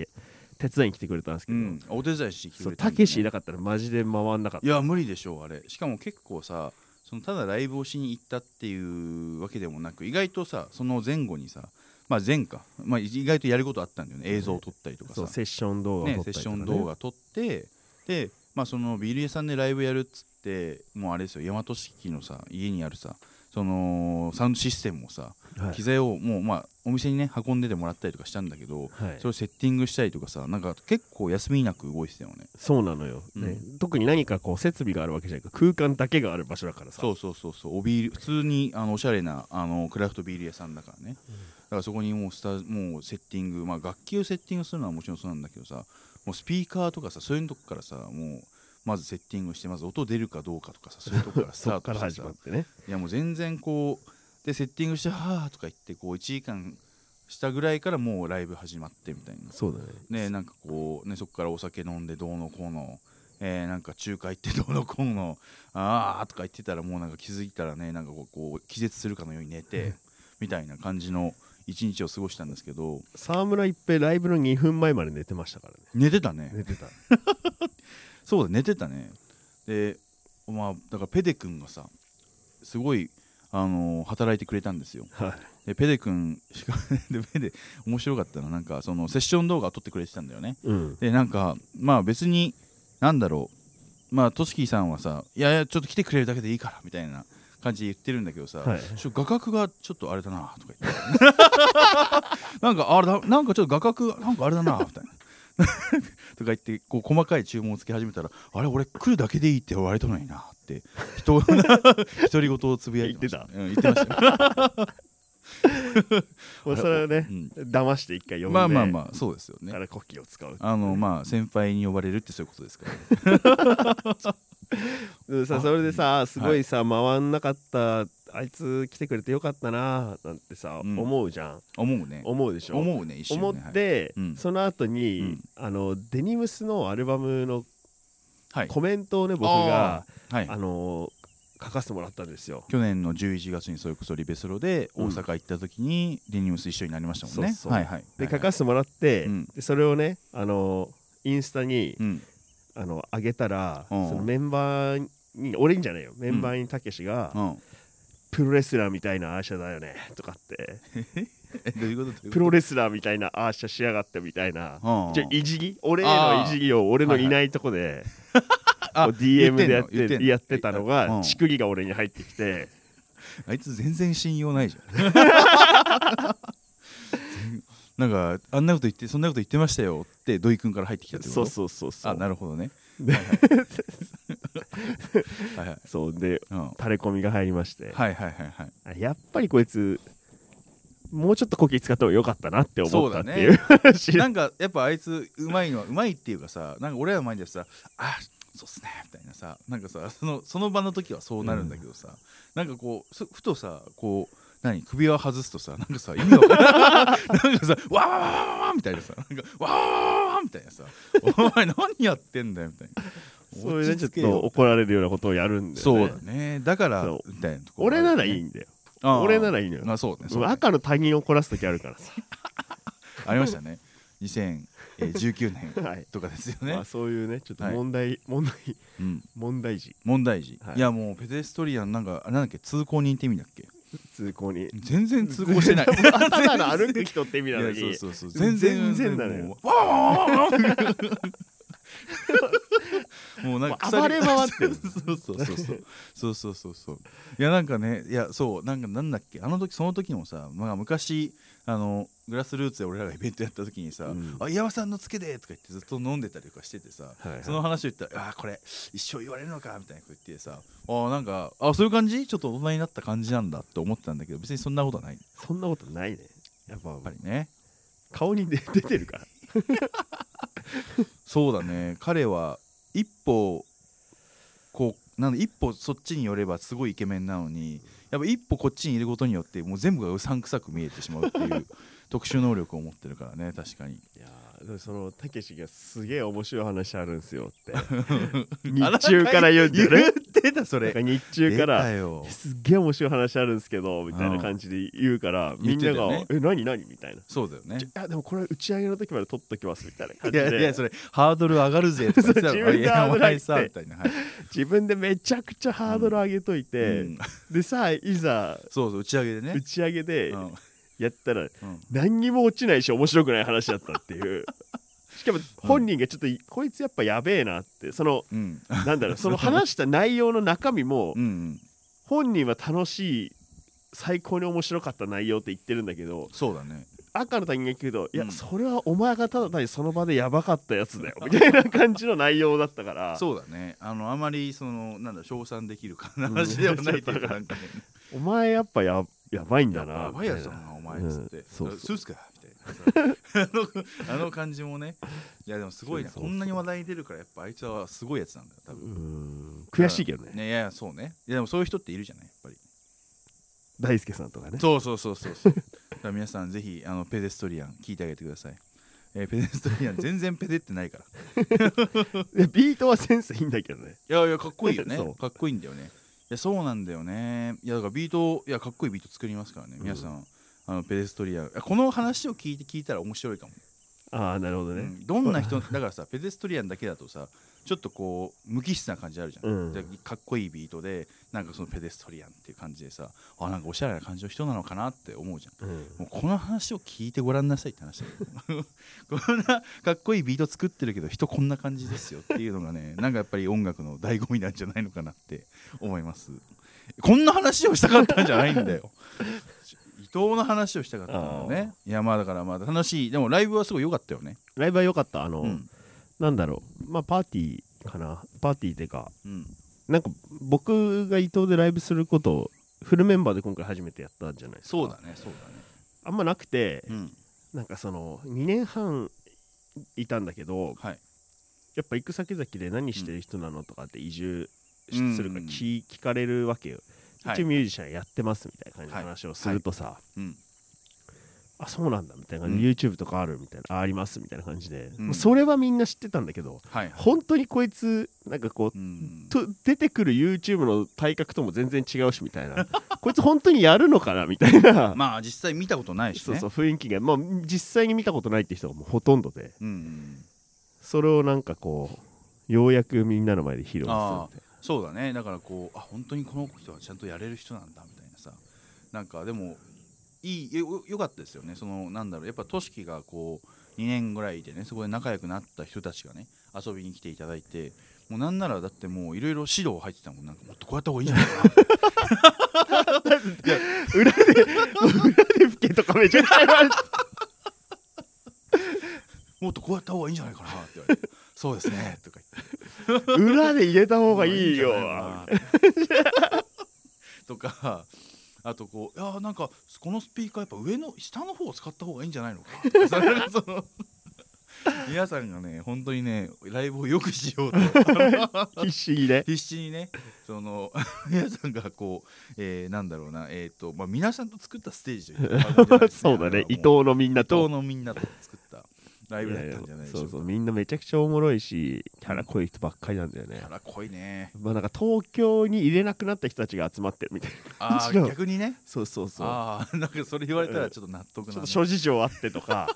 [SPEAKER 2] 手伝いに来てくれたんですけ
[SPEAKER 1] う
[SPEAKER 2] ど、
[SPEAKER 1] んお手伝いしてきて
[SPEAKER 2] そ
[SPEAKER 1] く
[SPEAKER 2] う
[SPEAKER 1] れたん
[SPEAKER 2] た
[SPEAKER 1] だね
[SPEAKER 2] けしいなかったらマジで回んなかっ
[SPEAKER 1] い
[SPEAKER 2] た
[SPEAKER 1] や無理でしょうあれしかも結構さそのただライブをしに行ったっていうわけでもなく意外とさその前後にさまあ前か、まあ、意外とやることあったんだよね映像を撮ったりとかさ
[SPEAKER 2] そう、セッション動画を
[SPEAKER 1] ね
[SPEAKER 2] 撮っ
[SPEAKER 1] セ
[SPEAKER 2] たりと
[SPEAKER 1] ッシ
[SPEAKER 2] か、
[SPEAKER 1] ョ
[SPEAKER 2] ね
[SPEAKER 1] ン動画撮ってで、まあ、そのビール屋さんでライブやるっつってもうあれですよ大和式のさ家にあるさそのサウンドシステムをさ
[SPEAKER 2] はい
[SPEAKER 1] 機材をもうまあお店にね運んでてもらったりとかしたんだけ
[SPEAKER 2] は
[SPEAKER 1] ど、
[SPEAKER 2] い
[SPEAKER 1] それをセッティングしたりとかさなんか結構休みなく動いてたよね
[SPEAKER 2] そうなのよ、ね特に何かこう設備があるわけじゃなく空間だけがある場所だからさ
[SPEAKER 1] そうそうそうそうおビール普通にあのおしゃれなあのクラフトビール屋さんだからね、だからそこにもうスタもうセッティング、まあ、楽器をセッティングするのはもちろんそうなんだけどさもうスピーカーとかさそういうとこからさもうまずセッティングしてまず音出るかどうかとかさそういうとこからスタ
[SPEAKER 2] そ
[SPEAKER 1] ー
[SPEAKER 2] っか
[SPEAKER 1] ト
[SPEAKER 2] ら
[SPEAKER 1] し
[SPEAKER 2] 始
[SPEAKER 1] て
[SPEAKER 2] ま
[SPEAKER 1] さ
[SPEAKER 2] ってね
[SPEAKER 1] いやもう全然こうでセッティングして「はあ」とか言ってこう1時間したぐらいからもうライブ始まってみたいな
[SPEAKER 6] そうだね
[SPEAKER 1] ねなんかこうねそこからお酒飲んでどうのこうの、えーなんか中華行って どうのこうのああとか言ってたらもうなんか気づいたらねなんかこうこう気絶するかのように寝てみたいな感じの一日を過ごしたんですけど
[SPEAKER 2] 沢村一平ライブの2分前まで寝てましたからね
[SPEAKER 1] 寝てたね
[SPEAKER 2] 寝てた
[SPEAKER 1] そうだ寝てたねでまあだからペデ君がさすごいあのー働いてくれたんですよ
[SPEAKER 2] はい
[SPEAKER 1] でペデ君しか でペデ面白かったのはなんかそのセッション動画を撮ってくれてたんだよね
[SPEAKER 2] うん
[SPEAKER 1] でなんかまあ別になんだろうまあトシキさんはさ「いやいやちょっと来てくれるだけでいいから」みたいな感じで言ってるんだけどさ、
[SPEAKER 2] はい
[SPEAKER 1] ちょ画角がちょっとあれだなとか言って なんかあれだなんかちょっと画角なんかあれだなみたいな とか言ってこう細かい注文をつけ始めたらあれ俺来るだけでいいって言われたのになって人 独り言をつぶやいてました、うん、言ってましたよ
[SPEAKER 2] まあ それはね
[SPEAKER 1] うん
[SPEAKER 2] 騙して一回呼んで
[SPEAKER 1] まあまあまあそうですよね
[SPEAKER 2] から国旗を使う
[SPEAKER 1] あのまあ先輩に呼ばれるってそういうことですからね
[SPEAKER 2] うんさそれでさすごいさ回んなかったあいつ来てくれてよかったななんてさ
[SPEAKER 1] うん
[SPEAKER 2] 思うじゃん
[SPEAKER 1] 思うね
[SPEAKER 2] 思うでしょ
[SPEAKER 1] 思うね一瞬ね
[SPEAKER 2] 思って
[SPEAKER 1] うん
[SPEAKER 2] その後
[SPEAKER 1] う
[SPEAKER 2] に
[SPEAKER 1] ん
[SPEAKER 2] あのデニムスのアルバムの
[SPEAKER 1] はい、
[SPEAKER 2] コメントをね僕が
[SPEAKER 1] はい
[SPEAKER 2] あの書かせてもらったんですよ
[SPEAKER 1] 去年の11月にそれこそリベソロで大阪行った時にデニムス一緒になりましたもんね。
[SPEAKER 2] そうそう
[SPEAKER 1] はいはい、
[SPEAKER 2] で
[SPEAKER 1] はいは
[SPEAKER 2] 書
[SPEAKER 1] い
[SPEAKER 2] かせてもらって
[SPEAKER 1] うん
[SPEAKER 2] でそれをねあのインスタに
[SPEAKER 1] うん
[SPEAKER 2] あの上げたらそ
[SPEAKER 1] うん
[SPEAKER 2] のメンバーに俺んじゃねえよメンバーにたけしが
[SPEAKER 1] うん、
[SPEAKER 2] プロレスラーみたいなアーシャだよねとかって
[SPEAKER 1] えどういうことどういうこと
[SPEAKER 2] プロレスラーみたいなアーシャしやがってみたいな
[SPEAKER 1] うん
[SPEAKER 2] じゃあいじぎ俺へのいじぎを俺のいないとこで
[SPEAKER 1] あ
[SPEAKER 2] こう DM でやって
[SPEAKER 1] 言んの言んの
[SPEAKER 2] やってたのが
[SPEAKER 1] うん
[SPEAKER 2] チクギが俺に入ってきて
[SPEAKER 1] あいつ全然信用ないじゃ んなんかあんなこと言ってそんなこと言ってましたよって土井君から入ってきたってこ
[SPEAKER 2] そ
[SPEAKER 1] と
[SPEAKER 2] うそうそうそ
[SPEAKER 1] あな
[SPEAKER 2] う
[SPEAKER 1] るほ どね
[SPEAKER 2] で
[SPEAKER 1] はいはい、
[SPEAKER 2] そうで
[SPEAKER 1] うん、はい
[SPEAKER 2] 垂れ込みが入りまして
[SPEAKER 1] はいはいはい
[SPEAKER 2] あやっぱりこいつもうちょっとコキ使った方が良かったなって思ったってい
[SPEAKER 1] そう
[SPEAKER 2] 話
[SPEAKER 1] なんかやっぱあいつうまいのはうまいっていうかさなんか俺らの前でさあそうっすねみたいなさなんかさそのその場の時はそうなるんだけどさ、なんかこうそふとさこう何首輪外すとさなんかさ意味わ かんないなんかさわーわーわーわーわーみたいなさなんかわーわーわーわーみたいなさお前何やってんだよみたいな
[SPEAKER 2] そういうねちょっ
[SPEAKER 1] 落ち着けよ
[SPEAKER 2] と怒られるようなことをやるんだよ
[SPEAKER 1] そう
[SPEAKER 2] ね
[SPEAKER 1] だねだから
[SPEAKER 2] そう
[SPEAKER 1] みたいなとこ
[SPEAKER 2] 俺ならいい
[SPEAKER 1] い
[SPEAKER 2] んだよ俺
[SPEAKER 1] 俺
[SPEAKER 2] なら
[SPEAKER 1] い
[SPEAKER 2] いいのよ
[SPEAKER 1] あそうねそうね
[SPEAKER 2] 赤の他人を凝らす時あるからさ
[SPEAKER 1] ありましたね2019
[SPEAKER 2] は
[SPEAKER 1] 年
[SPEAKER 2] い
[SPEAKER 1] とかですよね、
[SPEAKER 2] まあそういうねちょっと
[SPEAKER 1] はい
[SPEAKER 2] 問題問題
[SPEAKER 1] うん
[SPEAKER 2] 問題児
[SPEAKER 1] 問題児、
[SPEAKER 2] はい
[SPEAKER 1] い、やもうペデストリアンなんかあれなんだっけ通行人って意味だっけ
[SPEAKER 2] 通行 に
[SPEAKER 1] 全然通行 してない
[SPEAKER 2] ただの歩く人って意味
[SPEAKER 1] い
[SPEAKER 2] な
[SPEAKER 1] や
[SPEAKER 2] の
[SPEAKER 1] そ
[SPEAKER 2] に
[SPEAKER 1] うそうそう全然
[SPEAKER 2] 全然だね
[SPEAKER 1] もうわわわわわわもうなんか
[SPEAKER 2] もう暴れ回ってる
[SPEAKER 1] そうそうそうそうそうそうそうそういやなんかねいやそうなんかなんだっけあの時その時もさ、まあ、昔あのグラスルーツで俺らがイベントやった時にさ
[SPEAKER 2] うん
[SPEAKER 1] 「あ岩尾さんのつけで」とか言ってずっと飲んでたりとかしててさ、
[SPEAKER 2] はいはい
[SPEAKER 1] その話を言ったら「あーこれ一生言われるのか」みたいなこと言ってさあーなんかあそういう感じちょっと大人になった感じなんだって思ってたんだけど別にそんなことはないや
[SPEAKER 2] そんなことないねやっぱ
[SPEAKER 1] っぱりね
[SPEAKER 2] 顔に出 出てるから
[SPEAKER 1] そうだね彼は一歩こうなんだ一歩そっちに寄ればすごいイケメンなのにやっぱ一歩こっちにいることによってもう全部がうさんくさく見えてしまうっていう 特殊能力を持ってるからね確 かに
[SPEAKER 2] いやーでもそのたけしがすげえ面白い話あるんすよ って日中から言うんだよね
[SPEAKER 1] 言ってたそ
[SPEAKER 2] なんか
[SPEAKER 1] れ
[SPEAKER 2] 日中か
[SPEAKER 1] 出た
[SPEAKER 2] ら
[SPEAKER 1] よ
[SPEAKER 2] すっげえ面白い話あるんすけどみたいな感じで言うからみ
[SPEAKER 1] 言っ
[SPEAKER 2] ん
[SPEAKER 1] てた
[SPEAKER 2] な
[SPEAKER 1] よ
[SPEAKER 2] が
[SPEAKER 1] ね
[SPEAKER 2] 「え何何?」みたいな
[SPEAKER 1] そうだよ
[SPEAKER 2] 「
[SPEAKER 1] ね
[SPEAKER 2] ちょいやでもこれ打ち上げの時まで取っときます」みたいな感
[SPEAKER 1] い
[SPEAKER 2] じ
[SPEAKER 1] やいや
[SPEAKER 2] で
[SPEAKER 1] それハードル上がるぜとか言ってた
[SPEAKER 2] そう
[SPEAKER 1] の
[SPEAKER 2] 自
[SPEAKER 1] い
[SPEAKER 2] 分が
[SPEAKER 1] やお前
[SPEAKER 2] 危な
[SPEAKER 1] さ
[SPEAKER 2] いっ
[SPEAKER 1] み
[SPEAKER 2] て
[SPEAKER 1] たいな、はい
[SPEAKER 2] 自分でめちゃくちゃハードル上げといて
[SPEAKER 1] うん
[SPEAKER 2] でさいざ
[SPEAKER 1] そうそう打ち上げで
[SPEAKER 2] 打
[SPEAKER 1] ね、
[SPEAKER 2] ち上げで
[SPEAKER 1] うん
[SPEAKER 2] やったら
[SPEAKER 1] うん
[SPEAKER 2] 何にも落ちないし面白くない話だったっていう しかも本人がちょっといこいつやっぱやべえなってその
[SPEAKER 1] うん
[SPEAKER 2] なんだろうその話した内容の中身も
[SPEAKER 1] うんうん、
[SPEAKER 2] 本人は楽しい最高に面白かった内容って言ってるんだけど
[SPEAKER 1] そうだね
[SPEAKER 2] 赤の他人が聞くと「いや、
[SPEAKER 1] うん
[SPEAKER 2] それはお前がただ単にその場でやばかったやつ だよ」みたいな感じの内容だったから
[SPEAKER 1] そうだねあのあまりそのなんだ称賛できるかな話ではないというか なんかね
[SPEAKER 2] お前やっぱややばいんだな
[SPEAKER 1] やばいやつだなお前っつって、
[SPEAKER 2] うんそうそう
[SPEAKER 1] スーツかみたいなさあのあの感じもねいやでもすごいな
[SPEAKER 2] そうそうそう
[SPEAKER 1] こんなに話題に出るからやっぱあいつはすごいやつなんだよ多
[SPEAKER 2] う
[SPEAKER 1] 分
[SPEAKER 2] ん悔しいけどね
[SPEAKER 1] ねいやいやそうねいやでもそういう人っているじゃないやっぱり
[SPEAKER 2] 大輔さんとかね
[SPEAKER 1] そうそうそうそうそうだから皆さんぜひあのペデストリアン聞いてあげてください、えーペデストリアン全然ペデってないから
[SPEAKER 2] でビートはセンスいいんだけどね
[SPEAKER 1] いやいやかっこいいよね
[SPEAKER 2] そう
[SPEAKER 1] かっこいいんだよねいやそうなんだよねいやだからビートをいやかっこいいビート作りますからね、皆さんあのペデストリアンいやこの話を聞いて聞いたら面白いかも、
[SPEAKER 2] ああなるほど
[SPEAKER 1] う
[SPEAKER 2] ね、
[SPEAKER 1] んどんな人だからさペデストリアンだけだとさちょっとこう無機質な感じあるじゃん、
[SPEAKER 2] うん
[SPEAKER 1] でかっこいいビートでなんかそのペデストリアンっていう感じでさあなんかおしゃれな感じの人なのかなって思うじゃん
[SPEAKER 2] うん
[SPEAKER 1] もうこの話を聞いてごらんなさいって話だよ こんなかっこいいビート作ってるけど人こんな感じですよっていうのが ねなんかやっぱり音楽の醍醐味なんじゃないのかなって思いますこんな話をしたかったんじゃないん だよ伊藤の話をしたかったんだよねいやまあだからまあ楽しいでもライブはすごい良かったよね
[SPEAKER 2] ライブは良かったあの、
[SPEAKER 1] うん
[SPEAKER 2] なんだろうまあパーティーかなパーティーでか
[SPEAKER 1] うん
[SPEAKER 2] なんか僕が伊藤でライブすることをフルメンバーで今回初めてやったんじゃないですか
[SPEAKER 1] そうだねそう
[SPEAKER 2] あんまなくて
[SPEAKER 1] だねうん
[SPEAKER 2] なんかその2年半いたんだけど
[SPEAKER 1] はい
[SPEAKER 2] やっぱ行く先々で何してる人なのとかって移住しするか聞,、聞かれるわけよ
[SPEAKER 1] はい
[SPEAKER 2] 一応ミュージシャンやってますみたいな感じの話をするとさ、
[SPEAKER 1] うん
[SPEAKER 2] あそうなんだみたいな感じ、
[SPEAKER 1] う
[SPEAKER 2] YouTube とかあるみたいなあありますみたいな感じで、
[SPEAKER 1] うん
[SPEAKER 2] もうそれはみんな知ってたんだけど
[SPEAKER 1] はいはい
[SPEAKER 2] 本当にこいつなんかこう
[SPEAKER 1] うん
[SPEAKER 2] と出てくる YouTube の体格とも全然違うしみたい なこいつ本当にやるのかなみたいな、
[SPEAKER 1] まあ実際見たことないしね
[SPEAKER 2] そうそう雰囲気が、まあ、実際に見たことないって人がもうほとんどで
[SPEAKER 1] うん
[SPEAKER 2] それをなんかこうようやくみんなの前で披露するみたい
[SPEAKER 1] あ
[SPEAKER 2] な
[SPEAKER 1] ーそうだねだからこうあ本当にこの人はちゃんとやれる人なんだみたいなさなんかでもいいよよかったですよねそのなんだろうやっぱとしきがこう2年ぐらいでねそこで仲良くなった人たちがね遊びに来ていただいてもうなんならだってもういろいろ指導入ってたもんなんかもっとこうやった方がいいんじゃないかな
[SPEAKER 2] 裏で裏で吹けとかめちゃくちゃ言われて
[SPEAKER 1] もっとこうやった方がいいんじゃないかなって言われてそうですねとか言っ て
[SPEAKER 2] 裏で入れた方がいいよ
[SPEAKER 1] まあいいんじゃないかな とかあとこういやーなんかこのスピーカーやっぱ上の下の方を使った方がいいんじゃないのか とかそれがその皆さんがね本当にねライブをよくしようと
[SPEAKER 2] 必死にね
[SPEAKER 1] 必死にねその 皆さんがこう、えーなんだろうなえっ、とまあ皆さんと作ったステージというか
[SPEAKER 2] そうだね伊
[SPEAKER 1] 伊
[SPEAKER 2] 藤のみんなと
[SPEAKER 1] 藤のみんなと作ったライブだったんじゃないでしょ
[SPEAKER 2] そうう
[SPEAKER 1] か
[SPEAKER 2] そうみんなめちゃくちゃおもろいしキャラ濃い人ばっかりなんだよね
[SPEAKER 1] あら濃いね
[SPEAKER 2] まあなんか東京に入れなくなった人たちが集まってるみたいな
[SPEAKER 1] あ
[SPEAKER 2] 違
[SPEAKER 1] ー
[SPEAKER 2] う
[SPEAKER 1] 逆にね
[SPEAKER 2] そうそうそう
[SPEAKER 1] ああなんかそれ言われたらちょっと納
[SPEAKER 2] ちょ
[SPEAKER 1] 得な
[SPEAKER 2] っ
[SPEAKER 1] ね
[SPEAKER 2] と諸事情あってと か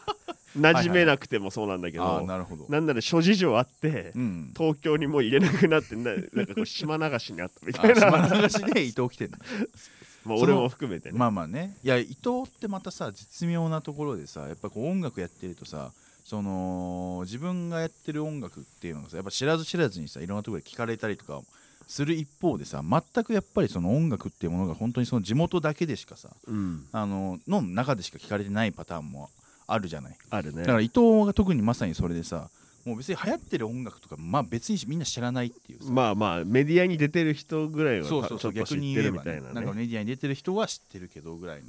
[SPEAKER 2] 馴染めなくてもそうなんだけど、
[SPEAKER 1] ああなるほど
[SPEAKER 2] なんなら諸事情あって、
[SPEAKER 1] うん
[SPEAKER 2] 東京にもう入れなくなってな なんかこう島流しにあったみ
[SPEAKER 1] あ
[SPEAKER 2] たいな
[SPEAKER 1] 島流しで伊藤来てんの
[SPEAKER 2] まあ俺も含めてね、
[SPEAKER 1] まあまあねいや伊藤ってまたさ絶妙なところでさやっぱこう音楽やってるとさその自分がやってる音楽っていうのがさやっぱ知らず知らずにさいろんなところで聞かれたりとかする一方でさ全くやっぱりその音楽っていうものが本当にその地元だけでしかさ
[SPEAKER 2] うん、
[SPEAKER 1] あのの中でしか聞かれてないパターンもあるじゃない
[SPEAKER 2] あるね
[SPEAKER 1] だから伊藤が特にまさにそれでさもう別に流行ってる音楽とかまあ別にみんな知らないっていうさ
[SPEAKER 2] まあまあメディアに出てる人ぐらいは
[SPEAKER 1] そうそうそう
[SPEAKER 2] ちょっと
[SPEAKER 1] 逆
[SPEAKER 2] 知
[SPEAKER 1] に
[SPEAKER 2] って
[SPEAKER 1] 言え
[SPEAKER 2] るみ
[SPEAKER 1] ば
[SPEAKER 2] たい
[SPEAKER 1] ね
[SPEAKER 2] な
[SPEAKER 1] なんか
[SPEAKER 2] ね
[SPEAKER 1] メディアに出てる人は知ってるけどぐらいの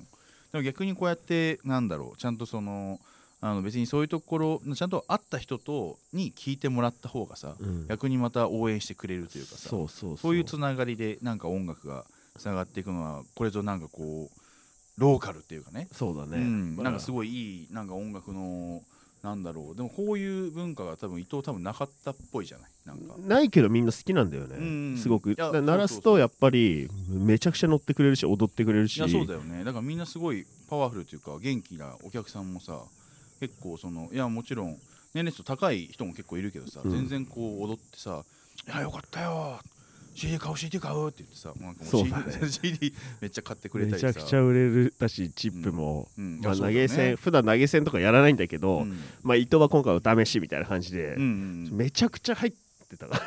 [SPEAKER 1] でも逆にこうやってなんだろうちゃんとそのあの別にそういうところちゃんと会った人とに聞いてもらった方がさ、
[SPEAKER 2] うん
[SPEAKER 1] 逆にまた応援してくれるというかさ
[SPEAKER 2] そうそう
[SPEAKER 1] そういうつながりでなんか音楽がつながっていくのはこれぞなんかこうローカルっていうかね
[SPEAKER 2] そうだね、
[SPEAKER 1] うん、
[SPEAKER 2] まあ
[SPEAKER 1] なんかすごいいいなんか音楽のなんだろうでもこういう文化が多分伊藤多分なかったっぽいじゃないなんか
[SPEAKER 2] ないけどみんな好きなんだよね、
[SPEAKER 1] うん
[SPEAKER 2] すごく
[SPEAKER 1] いや
[SPEAKER 2] だから鳴ら
[SPEAKER 1] そう
[SPEAKER 2] す
[SPEAKER 1] そうそ
[SPEAKER 2] と
[SPEAKER 1] う
[SPEAKER 2] やっぱりめちゃくちゃ乗ってくれるし踊ってくれる
[SPEAKER 1] い
[SPEAKER 2] し
[SPEAKER 1] やそうだよねだからみんなすごいパワフルというか元気なお客さんもさ結構そのいやもちろん年齢層高い人も結構いるけどさ、
[SPEAKER 2] うん
[SPEAKER 1] 全然こう踊ってさ「いやよかったよ CD 買う CD 買う」って言ってさなんかもう
[SPEAKER 2] そうだね
[SPEAKER 1] CD, CD めっちゃ買ってくれた
[SPEAKER 2] め
[SPEAKER 1] り
[SPEAKER 2] ち
[SPEAKER 1] さ
[SPEAKER 2] ゃくちゃ売れるだしチップも、
[SPEAKER 1] うんう
[SPEAKER 2] ま
[SPEAKER 1] んいや
[SPEAKER 2] あ、
[SPEAKER 1] そう
[SPEAKER 2] 投
[SPEAKER 1] だね
[SPEAKER 2] げ銭、普段投げ銭とかやらないんだけど、
[SPEAKER 1] うん
[SPEAKER 2] まあ、伊藤は今回お試しみたいな感じで、
[SPEAKER 1] うんうんうん
[SPEAKER 2] めちゃくちゃ入ってたか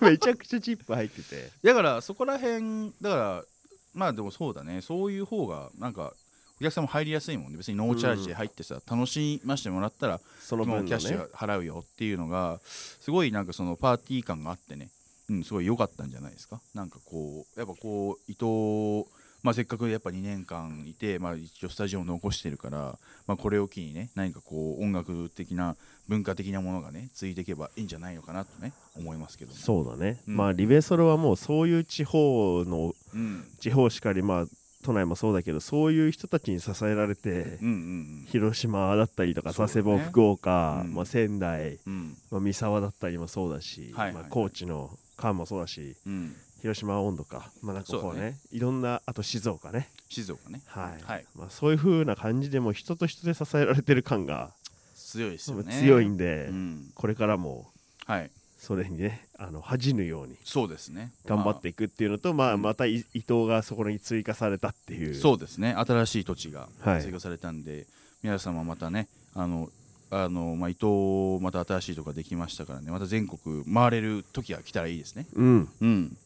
[SPEAKER 2] ら めちゃくちゃチップ入ってて
[SPEAKER 1] だからそこら辺だからまあでもそうだねそういう方がなんかお客さんも入りやすいもんね別にノーチャージで入ってさ、楽しましてもらったら
[SPEAKER 2] その分
[SPEAKER 1] も
[SPEAKER 2] の、
[SPEAKER 1] う
[SPEAKER 2] ね、
[SPEAKER 1] キャッシュ払うよっていうのがすごいなんかそのパーティー感があってね、うん、すごい良かったんじゃないですかなんかこうやっぱこう伊藤、まあ、せっかくやっぱ2年間いて、まあ、一応スタジオも残してるから、まあ、これを機にね何かこう音楽的な文化的なものがねついていけばいいんじゃないのかなとね思いますけども
[SPEAKER 2] そうだね、
[SPEAKER 1] うん
[SPEAKER 2] まあリベソロはもうそういう地方の
[SPEAKER 1] うん
[SPEAKER 2] 地方しかりまあ都内もそうだけどそういう人たちに支えられて
[SPEAKER 1] うんうん
[SPEAKER 2] 広島だったりとか
[SPEAKER 1] そうだ
[SPEAKER 2] 佐
[SPEAKER 1] ね
[SPEAKER 2] 世保、福岡、
[SPEAKER 1] うん
[SPEAKER 2] まあ、仙台、
[SPEAKER 1] うんうん
[SPEAKER 2] まあ、三沢だったりもそうだし、
[SPEAKER 1] はいはい
[SPEAKER 2] まあ、高知の関もそうだし
[SPEAKER 1] うん
[SPEAKER 2] 広島温度か,、まあ、なんかこ
[SPEAKER 1] そう
[SPEAKER 2] う
[SPEAKER 1] だ
[SPEAKER 2] ね
[SPEAKER 1] ね
[SPEAKER 2] いろんなあと静岡ね、
[SPEAKER 1] 静岡ね
[SPEAKER 2] はい
[SPEAKER 1] はい
[SPEAKER 2] まあ、そういう風な感じでもう人と人で支えられてる感が
[SPEAKER 1] 強いですよね
[SPEAKER 2] 強いんで、
[SPEAKER 1] うん
[SPEAKER 2] これからも
[SPEAKER 1] はい
[SPEAKER 2] それにねあの恥じぬように
[SPEAKER 1] そうですね
[SPEAKER 2] 頑張っていくっていうのと、まあ、またい伊藤がそこに追加されたっていう
[SPEAKER 1] そうですね新しい土地が
[SPEAKER 2] はい
[SPEAKER 1] 追加されたんで、皆様またねあのあの、まあ、伊藤また新しいとこができましたからねまた全国回れる時が来たらいいですね。
[SPEAKER 2] うん
[SPEAKER 1] うん、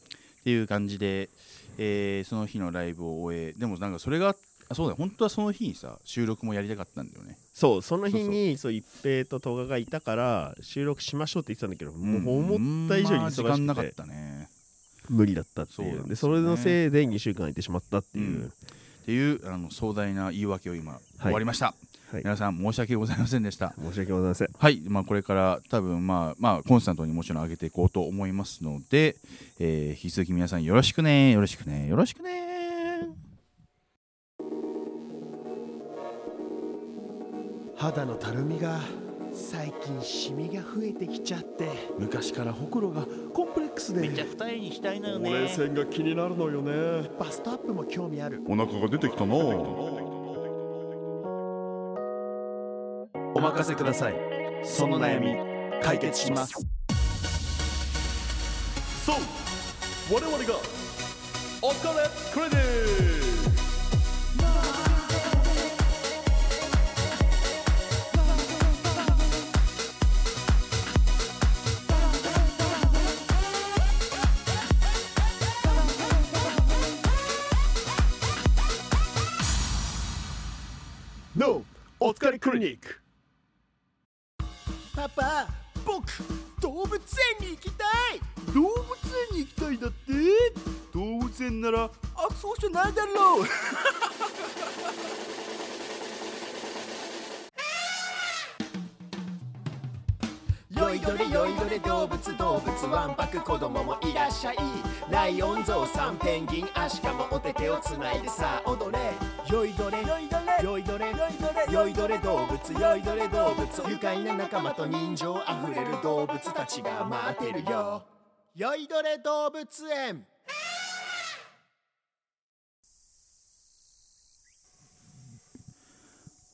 [SPEAKER 1] っていう感じで、えーその日のライブを終えでもなんかそれがあそうだ本当はその日にさ収録もやりたかったんだよね。
[SPEAKER 2] そうその日にそう一平と戸賀がいたから収録しましょうって言ってたんだけど、もう思った以上に
[SPEAKER 1] う
[SPEAKER 2] 忙
[SPEAKER 1] んまあ時間な
[SPEAKER 2] し
[SPEAKER 1] か
[SPEAKER 2] く
[SPEAKER 1] ってたね。
[SPEAKER 2] 無理だったってい
[SPEAKER 1] そう
[SPEAKER 2] う
[SPEAKER 1] なんですよね
[SPEAKER 2] でそれのせいで2週間空いてしまったっていう、
[SPEAKER 1] うんっていうあの壮大な言い訳を今、終わりました、
[SPEAKER 2] はい
[SPEAKER 1] 皆さん申し訳ございませんでした。
[SPEAKER 2] 申し訳ございません
[SPEAKER 1] はい、まあ、これから多分、まあまあ、コンスタントにもちろん上げていこうと思いますので、えー引き続き皆さんよろしくねよろしくねよろしくね
[SPEAKER 6] 肌のたるみが最近シミが増えてきちゃって昔からほくろがコンプレックスでめっちゃ二重にしたいなよねほうれい線が気になるのよねバストアップも興味ある
[SPEAKER 5] お腹が出てきたな
[SPEAKER 6] お任せくださいその悩み解決します
[SPEAKER 5] そう我々がお金クレディ
[SPEAKER 2] お疲れクリニック
[SPEAKER 6] パパ僕動物園に行きたい
[SPEAKER 7] 動物園に行きたいだって動物園ならあそうじゃないだろう
[SPEAKER 6] よいどれよいどれ動物動物わんぱく子供もいらっしゃいライオンゾウさんペンギンアシカもお手手をつないでさあ踊れよいどれよいどれよいどれよいどれ動物よいどれ動物愉快な仲間と人情あふれる動物たちが待ってるよよいどれ動物園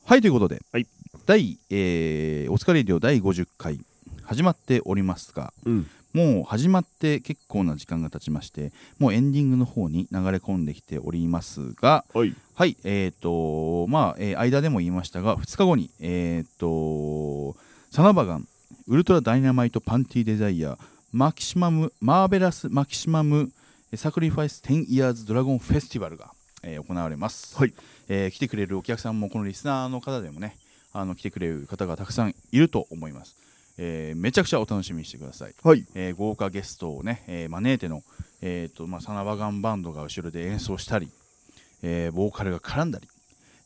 [SPEAKER 1] はいということで、
[SPEAKER 2] はい
[SPEAKER 1] 第えーお疲れ量第50回始まっておりますが
[SPEAKER 2] うん
[SPEAKER 1] もう始まって結構な時間が経ちましてもうエンディングの方に流れ込んできておりますが
[SPEAKER 2] はい
[SPEAKER 1] はいえっ、とまあ、えー間でも言いましたが2日後にえっ、とサナバガンウルトラダイナマイトパンティデザイアマキシマムマーベラスマキシマムサクリファイス10イヤーズドラゴンフェスティバルが、えー行われます、
[SPEAKER 2] はい
[SPEAKER 1] えー来てくれるお客さんもこのリスナーの方でもねあの来てくれる方がたくさんいると思います、えーめちゃくちゃお楽しみにしてください、
[SPEAKER 2] はい
[SPEAKER 1] えー豪華ゲストをね、えー招いての、えーとまあ、サナバガンバンドが後ろで演奏したり、えーボーカルが絡んだり、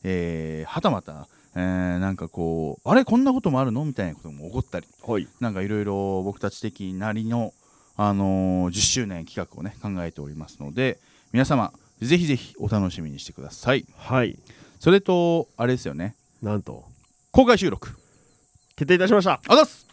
[SPEAKER 1] えーはたまた、えーなんかこうあれこんなこともあるのみたいなことも起こったり
[SPEAKER 2] はい
[SPEAKER 1] なんかいろいろ僕たち的なりの、あのー10周年企画をね考えておりますので皆様ぜひぜひお楽しみにしてください
[SPEAKER 2] はい
[SPEAKER 1] それとあれですよね
[SPEAKER 2] なんと
[SPEAKER 1] 公開収録
[SPEAKER 2] 決定いたしました
[SPEAKER 1] あざっす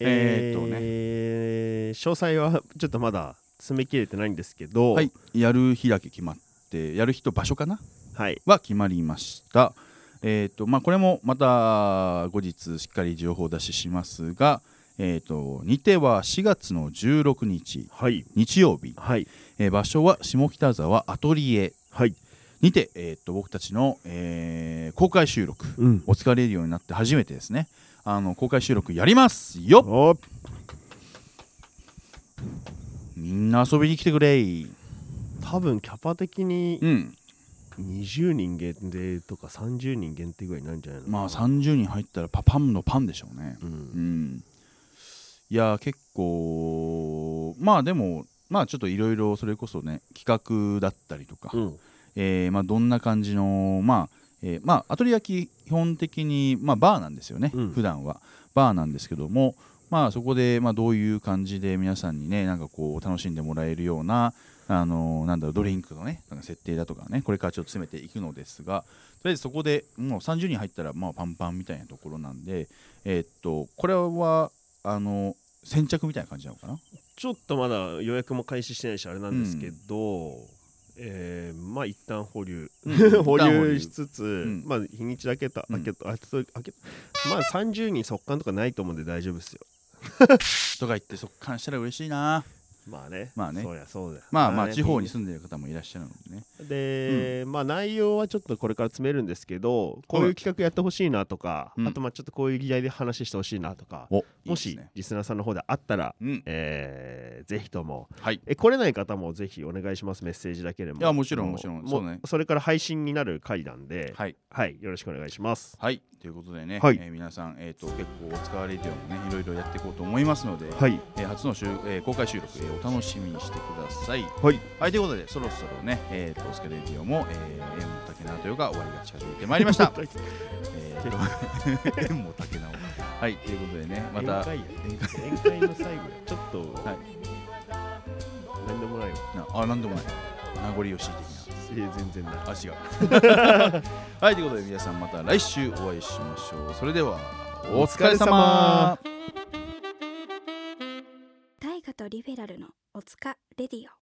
[SPEAKER 1] えーっとね
[SPEAKER 2] えー詳細はちょっとまだ詰め切れてないんですけど
[SPEAKER 1] はい、やる日だけ決まってやる日と場所かな
[SPEAKER 2] はい
[SPEAKER 1] は決まりました。えっ、とまあこれもまた後日しっかり情報出ししますが、えっ、と日程は4月の16日
[SPEAKER 2] はい
[SPEAKER 1] 日曜日、
[SPEAKER 2] はい
[SPEAKER 1] えー場所は下北沢アトリエ
[SPEAKER 2] はい
[SPEAKER 1] にてえっ、と僕たちの、えー公開収録、
[SPEAKER 2] うん
[SPEAKER 1] お疲れるようになって初めてですね。あの公開収録やりますよ。
[SPEAKER 2] お
[SPEAKER 1] みんな遊びに来てくれい。
[SPEAKER 2] 多分キャパ的に
[SPEAKER 1] うん。
[SPEAKER 2] 20人限定とか30人限定ぐらいになるんじゃないの
[SPEAKER 1] まあ30人入ったらパパンのパンでしょうね。
[SPEAKER 2] うん
[SPEAKER 1] うん、いやー結構まあでもまあちょっといろいろそれこそね企画だったりとか、
[SPEAKER 2] うん
[SPEAKER 1] えーまあ、どんな感じのまあ、えーまあアトリエ基本的に、まあ、バーなんですよね、
[SPEAKER 2] うん
[SPEAKER 1] 普段はバーなんですけどもまあそこで、まあ、どういう感じで皆さんにねなんかこう楽しんでもらえるようなあのなんだろうドリンクのねなんか設定だとかねこれからちょっと詰めていくのですがとりあえずそこでもう30人入ったらまあパンパンみたいなところなんでえーっとこれはあの先着みたいな感じなのかな
[SPEAKER 2] ちょっとまだ予約も開始してないしあれなんですけど、えーまあ一旦保留、
[SPEAKER 1] うん
[SPEAKER 2] 保
[SPEAKER 1] 一旦保留
[SPEAKER 2] 留しつつ、
[SPEAKER 1] ん
[SPEAKER 2] まあ日にちだけた
[SPEAKER 1] うん
[SPEAKER 2] 開けた、あそう開けまあ30人速乾とかないと思うんで大丈夫ですよ
[SPEAKER 1] とか言って速乾したら嬉しいな
[SPEAKER 2] まあね
[SPEAKER 1] まあね
[SPEAKER 2] そうやそうだ
[SPEAKER 1] まあまあ地方に
[SPEAKER 2] で
[SPEAKER 1] 住んでる方もいらっしゃるのでね
[SPEAKER 2] で、まあ内容はちょっとこれから詰めるんですけどこういう企画やってほしいなとか、
[SPEAKER 1] うん
[SPEAKER 2] あとまあちょっとこういう議題で話してほしいなとか、
[SPEAKER 1] お
[SPEAKER 2] もし
[SPEAKER 1] いいですね
[SPEAKER 2] リスナーさんの方であったら、
[SPEAKER 1] うん
[SPEAKER 2] えーぜひとも
[SPEAKER 1] はい
[SPEAKER 2] え来れない方もぜひお願いしますメッセージだけでも
[SPEAKER 1] いやもちろ
[SPEAKER 2] あ
[SPEAKER 1] ん
[SPEAKER 2] の
[SPEAKER 1] もちろん
[SPEAKER 2] も
[SPEAKER 1] そうね
[SPEAKER 2] それから配信になる回なんでは
[SPEAKER 1] はい
[SPEAKER 2] い、よろしくお願いします
[SPEAKER 1] はいということでね、
[SPEAKER 2] はい
[SPEAKER 1] えー皆さん、えー、と結構お使われてもねいろいろやっていこうと思いますので、
[SPEAKER 2] はい
[SPEAKER 1] えー初の収、えー公開収録、えーお楽しみにしてください。
[SPEAKER 2] はい
[SPEAKER 1] はい、ということでそろそろね、えー、とスケレディオも、えー、縁も竹縄というか終わりが近づいてまいりま した。えーと 縁も竹縄。はいということでねまた
[SPEAKER 2] 宴会や宴会の最後やちょっと、
[SPEAKER 1] はい
[SPEAKER 2] 何でもないわ
[SPEAKER 1] なあなんでもない名残惜しい的
[SPEAKER 2] いや全然ない
[SPEAKER 1] な あ違う。はいということで皆さんまた来週お会いしましょう。それではお疲れ
[SPEAKER 2] お疲れ様
[SPEAKER 1] 様
[SPEAKER 4] 大河とリベラルのおつかレディオ